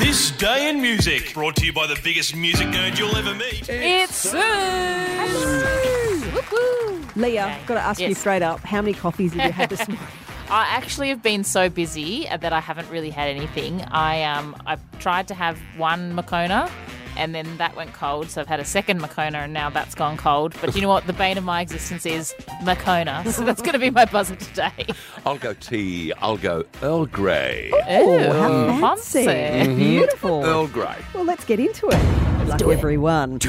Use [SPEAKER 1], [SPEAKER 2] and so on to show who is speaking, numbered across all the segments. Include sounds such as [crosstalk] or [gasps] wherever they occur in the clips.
[SPEAKER 1] This Day in Music, brought to you by the biggest music nerd you'll ever meet.
[SPEAKER 2] It's Sue. Woo-hoo.
[SPEAKER 3] Leah, got to ask you
[SPEAKER 2] Yes.
[SPEAKER 3] straight up, how many coffees have you had this morning?
[SPEAKER 2] [laughs] I actually have been so busy uh, that I haven't really had anything. I um I've tried to have one Makona and then that went cold, so I've had a second Makona and now that's gone cold. But you know what? The bane of my existence is Makona.
[SPEAKER 3] [laughs]
[SPEAKER 2] So that's gonna be my buzzer today.
[SPEAKER 4] I'll go tea. I'll go Earl Grey.
[SPEAKER 2] Ooh,
[SPEAKER 3] Oh, how
[SPEAKER 2] fancy.
[SPEAKER 4] Mm-hmm.
[SPEAKER 3] Beautiful.
[SPEAKER 4] Earl Grey.
[SPEAKER 3] Well, let's get into it. like everyone.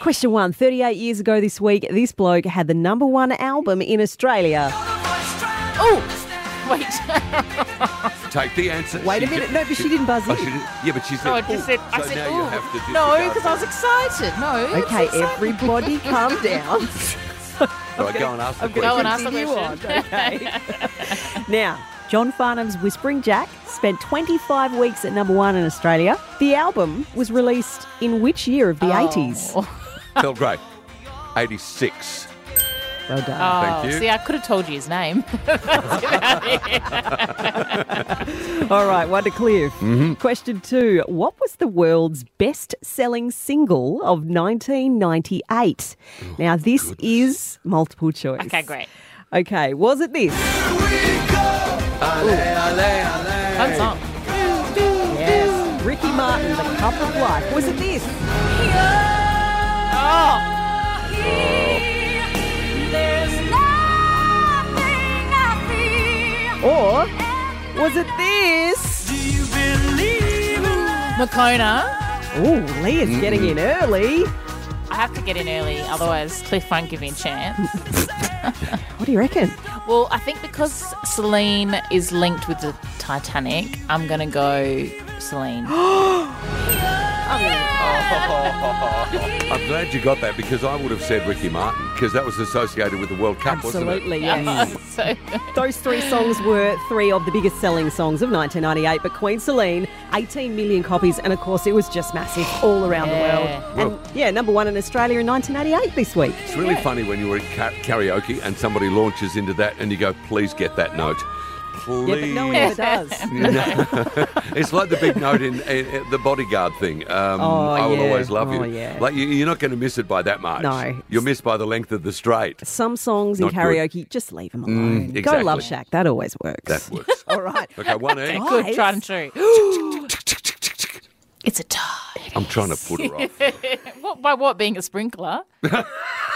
[SPEAKER 3] Question one 38 years ago this week, this bloke had the number one album in Australia.
[SPEAKER 2] Oh wait. [laughs]
[SPEAKER 4] Take the answer.
[SPEAKER 3] Wait a
[SPEAKER 4] She
[SPEAKER 3] minute.
[SPEAKER 4] ju-
[SPEAKER 3] No, but she didn't buzz
[SPEAKER 4] Oh,
[SPEAKER 3] in.
[SPEAKER 4] she didn't. Yeah, but she said.
[SPEAKER 2] No, I just
[SPEAKER 4] "Ooh."
[SPEAKER 2] said I
[SPEAKER 4] so
[SPEAKER 2] said
[SPEAKER 4] now you have to
[SPEAKER 2] ooh. No,
[SPEAKER 4] disregard
[SPEAKER 2] because I was
[SPEAKER 4] that.
[SPEAKER 2] excited. No. it's
[SPEAKER 3] Okay,
[SPEAKER 2] exciting.
[SPEAKER 3] everybody calm down.
[SPEAKER 4] Right, go and ask the
[SPEAKER 2] [laughs] Go
[SPEAKER 4] question.
[SPEAKER 2] and ask the
[SPEAKER 3] Continue
[SPEAKER 2] question.
[SPEAKER 3] on, okay. [laughs] now, John Farnham's Whispering Jack spent 25 weeks at number one in Australia. The album was released in which year of the
[SPEAKER 2] Oh.
[SPEAKER 3] 80s?
[SPEAKER 4] Earl Grey. 86.
[SPEAKER 3] Well done.
[SPEAKER 2] Oh,
[SPEAKER 4] Thank you.
[SPEAKER 2] see, I could have told you his name.
[SPEAKER 3] All right, one to Cliff.
[SPEAKER 4] Mm-hmm.
[SPEAKER 3] Question two What was the world's best selling single of 1998? now, this is multiple choice.
[SPEAKER 2] okay, great.
[SPEAKER 3] Okay, was it this?
[SPEAKER 2] Fun song.
[SPEAKER 3] Yes. Ricky Martin, The Cup of Life. Was it this?
[SPEAKER 2] Oh,
[SPEAKER 3] Or was it this?
[SPEAKER 2] Makona.
[SPEAKER 3] Ooh, Leah's
[SPEAKER 4] Mm-hmm.
[SPEAKER 3] getting in early.
[SPEAKER 2] I have to get in early, otherwise Cliff won't give me a chance.
[SPEAKER 3] What do you reckon?
[SPEAKER 2] well, I think because Celine is linked with the Titanic, I'm gonna go
[SPEAKER 4] [gasps]
[SPEAKER 2] Celine. Oh,
[SPEAKER 4] I'm glad you got that because I would have said Ricky Martin because that was associated with the World Cup, wasn't it?
[SPEAKER 3] Absolutely, yes.
[SPEAKER 2] so,
[SPEAKER 3] Those three songs were three of the biggest selling songs of 1998, but Queen Celine, 18 million copies, and of course it was just massive all around
[SPEAKER 2] Yeah.
[SPEAKER 3] the world. And yeah, number one in Australia in 1988 this week.
[SPEAKER 4] It's really funny when you were at ka- karaoke and somebody launches into that and you go, please get that note. Please.
[SPEAKER 3] Yeah, but no one
[SPEAKER 2] [laughs]
[SPEAKER 3] ever does.
[SPEAKER 4] it's like the big note in, in, in the bodyguard thing. Um,
[SPEAKER 3] Oh,
[SPEAKER 4] I will
[SPEAKER 3] yeah.
[SPEAKER 4] always love
[SPEAKER 3] Oh,
[SPEAKER 4] you.
[SPEAKER 3] yeah.
[SPEAKER 4] Like you, you're not going to miss it by that much.
[SPEAKER 3] No.
[SPEAKER 4] you'll miss by the length of the straight.
[SPEAKER 3] Some songs
[SPEAKER 4] Not
[SPEAKER 3] in
[SPEAKER 4] good. Mm,
[SPEAKER 3] karaoke, just leave them alone. Go
[SPEAKER 4] exactly.
[SPEAKER 3] Love Shack, that always works.
[SPEAKER 4] That
[SPEAKER 3] [laughs]
[SPEAKER 4] works.
[SPEAKER 3] all right.
[SPEAKER 4] [laughs] okay, one E.
[SPEAKER 3] Nice.
[SPEAKER 2] good, tried and true.
[SPEAKER 4] [gasps]
[SPEAKER 2] it's a tie.
[SPEAKER 4] I'm trying to put her off.
[SPEAKER 2] What, by what being
[SPEAKER 4] [laughs]
[SPEAKER 2] a sprinkler?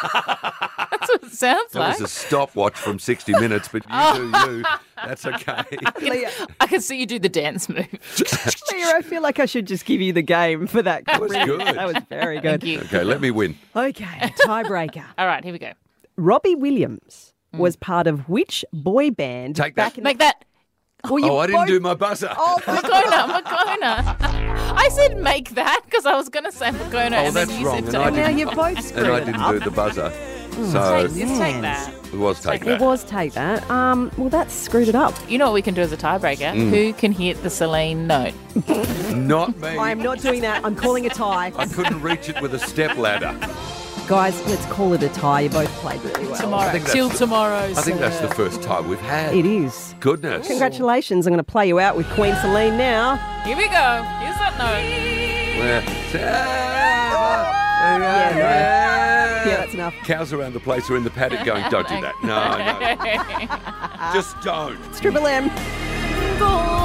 [SPEAKER 2] That's what it sounds
[SPEAKER 4] That was
[SPEAKER 2] like.
[SPEAKER 4] a stopwatch from 60 Minutes, but you do you. That's
[SPEAKER 3] [laughs]
[SPEAKER 4] okay.
[SPEAKER 3] Leah,
[SPEAKER 2] I can see you do the
[SPEAKER 4] [laughs]
[SPEAKER 2] dance move.
[SPEAKER 3] Leah, I feel like I should just give you the game for that. That
[SPEAKER 4] was good.
[SPEAKER 3] That was very good.
[SPEAKER 2] You.
[SPEAKER 4] Okay, let me win.
[SPEAKER 3] Okay, tiebreaker.
[SPEAKER 2] All right, here we go.
[SPEAKER 3] Robbie Williams
[SPEAKER 2] Mm.
[SPEAKER 3] was part of which boy band
[SPEAKER 4] Take that.
[SPEAKER 3] back in
[SPEAKER 2] Make that
[SPEAKER 3] the... Well, you
[SPEAKER 4] Oh, I didn't
[SPEAKER 3] both- Oh,
[SPEAKER 4] do my buzzer.
[SPEAKER 2] Makona, Makona. I said make that because I was going to say Makona
[SPEAKER 4] Oh,
[SPEAKER 2] and
[SPEAKER 4] that's
[SPEAKER 2] then you
[SPEAKER 4] wrong,
[SPEAKER 2] said
[SPEAKER 4] and I
[SPEAKER 2] take
[SPEAKER 3] Now
[SPEAKER 2] that.
[SPEAKER 4] didn't-
[SPEAKER 3] you're both screwed
[SPEAKER 4] and
[SPEAKER 3] [laughs]
[SPEAKER 4] I
[SPEAKER 3] it
[SPEAKER 4] didn't
[SPEAKER 3] up.
[SPEAKER 4] do the buzzer. So
[SPEAKER 2] Take- just take that.
[SPEAKER 4] it was taken.
[SPEAKER 3] It
[SPEAKER 4] that.
[SPEAKER 3] was Mm. take that. Um, well, that screwed it up.
[SPEAKER 2] You know what we can do as a tiebreaker? Who can hit the Celine note?
[SPEAKER 4] Not me.
[SPEAKER 3] I am not doing that. I'm calling
[SPEAKER 4] [laughs]
[SPEAKER 3] a tie.
[SPEAKER 4] I couldn't reach it with a step ladder.
[SPEAKER 3] Guys, let's call it a tie. You both played really well.
[SPEAKER 2] Tomorrow.
[SPEAKER 4] think that's
[SPEAKER 2] Till
[SPEAKER 4] the-
[SPEAKER 2] tomorrow.
[SPEAKER 4] I think that's the first time we've had.
[SPEAKER 3] It is.
[SPEAKER 4] Goodness.
[SPEAKER 3] Congratulations. I'm going to play you out with Queen Celine now.
[SPEAKER 2] Here we go. Here's that note.
[SPEAKER 3] Yeah, Yeah,
[SPEAKER 4] Yeah.
[SPEAKER 3] that's enough.
[SPEAKER 4] Cows around the place are in the paddock going, don't do that. No, no. Just don't.
[SPEAKER 3] It's Triple M.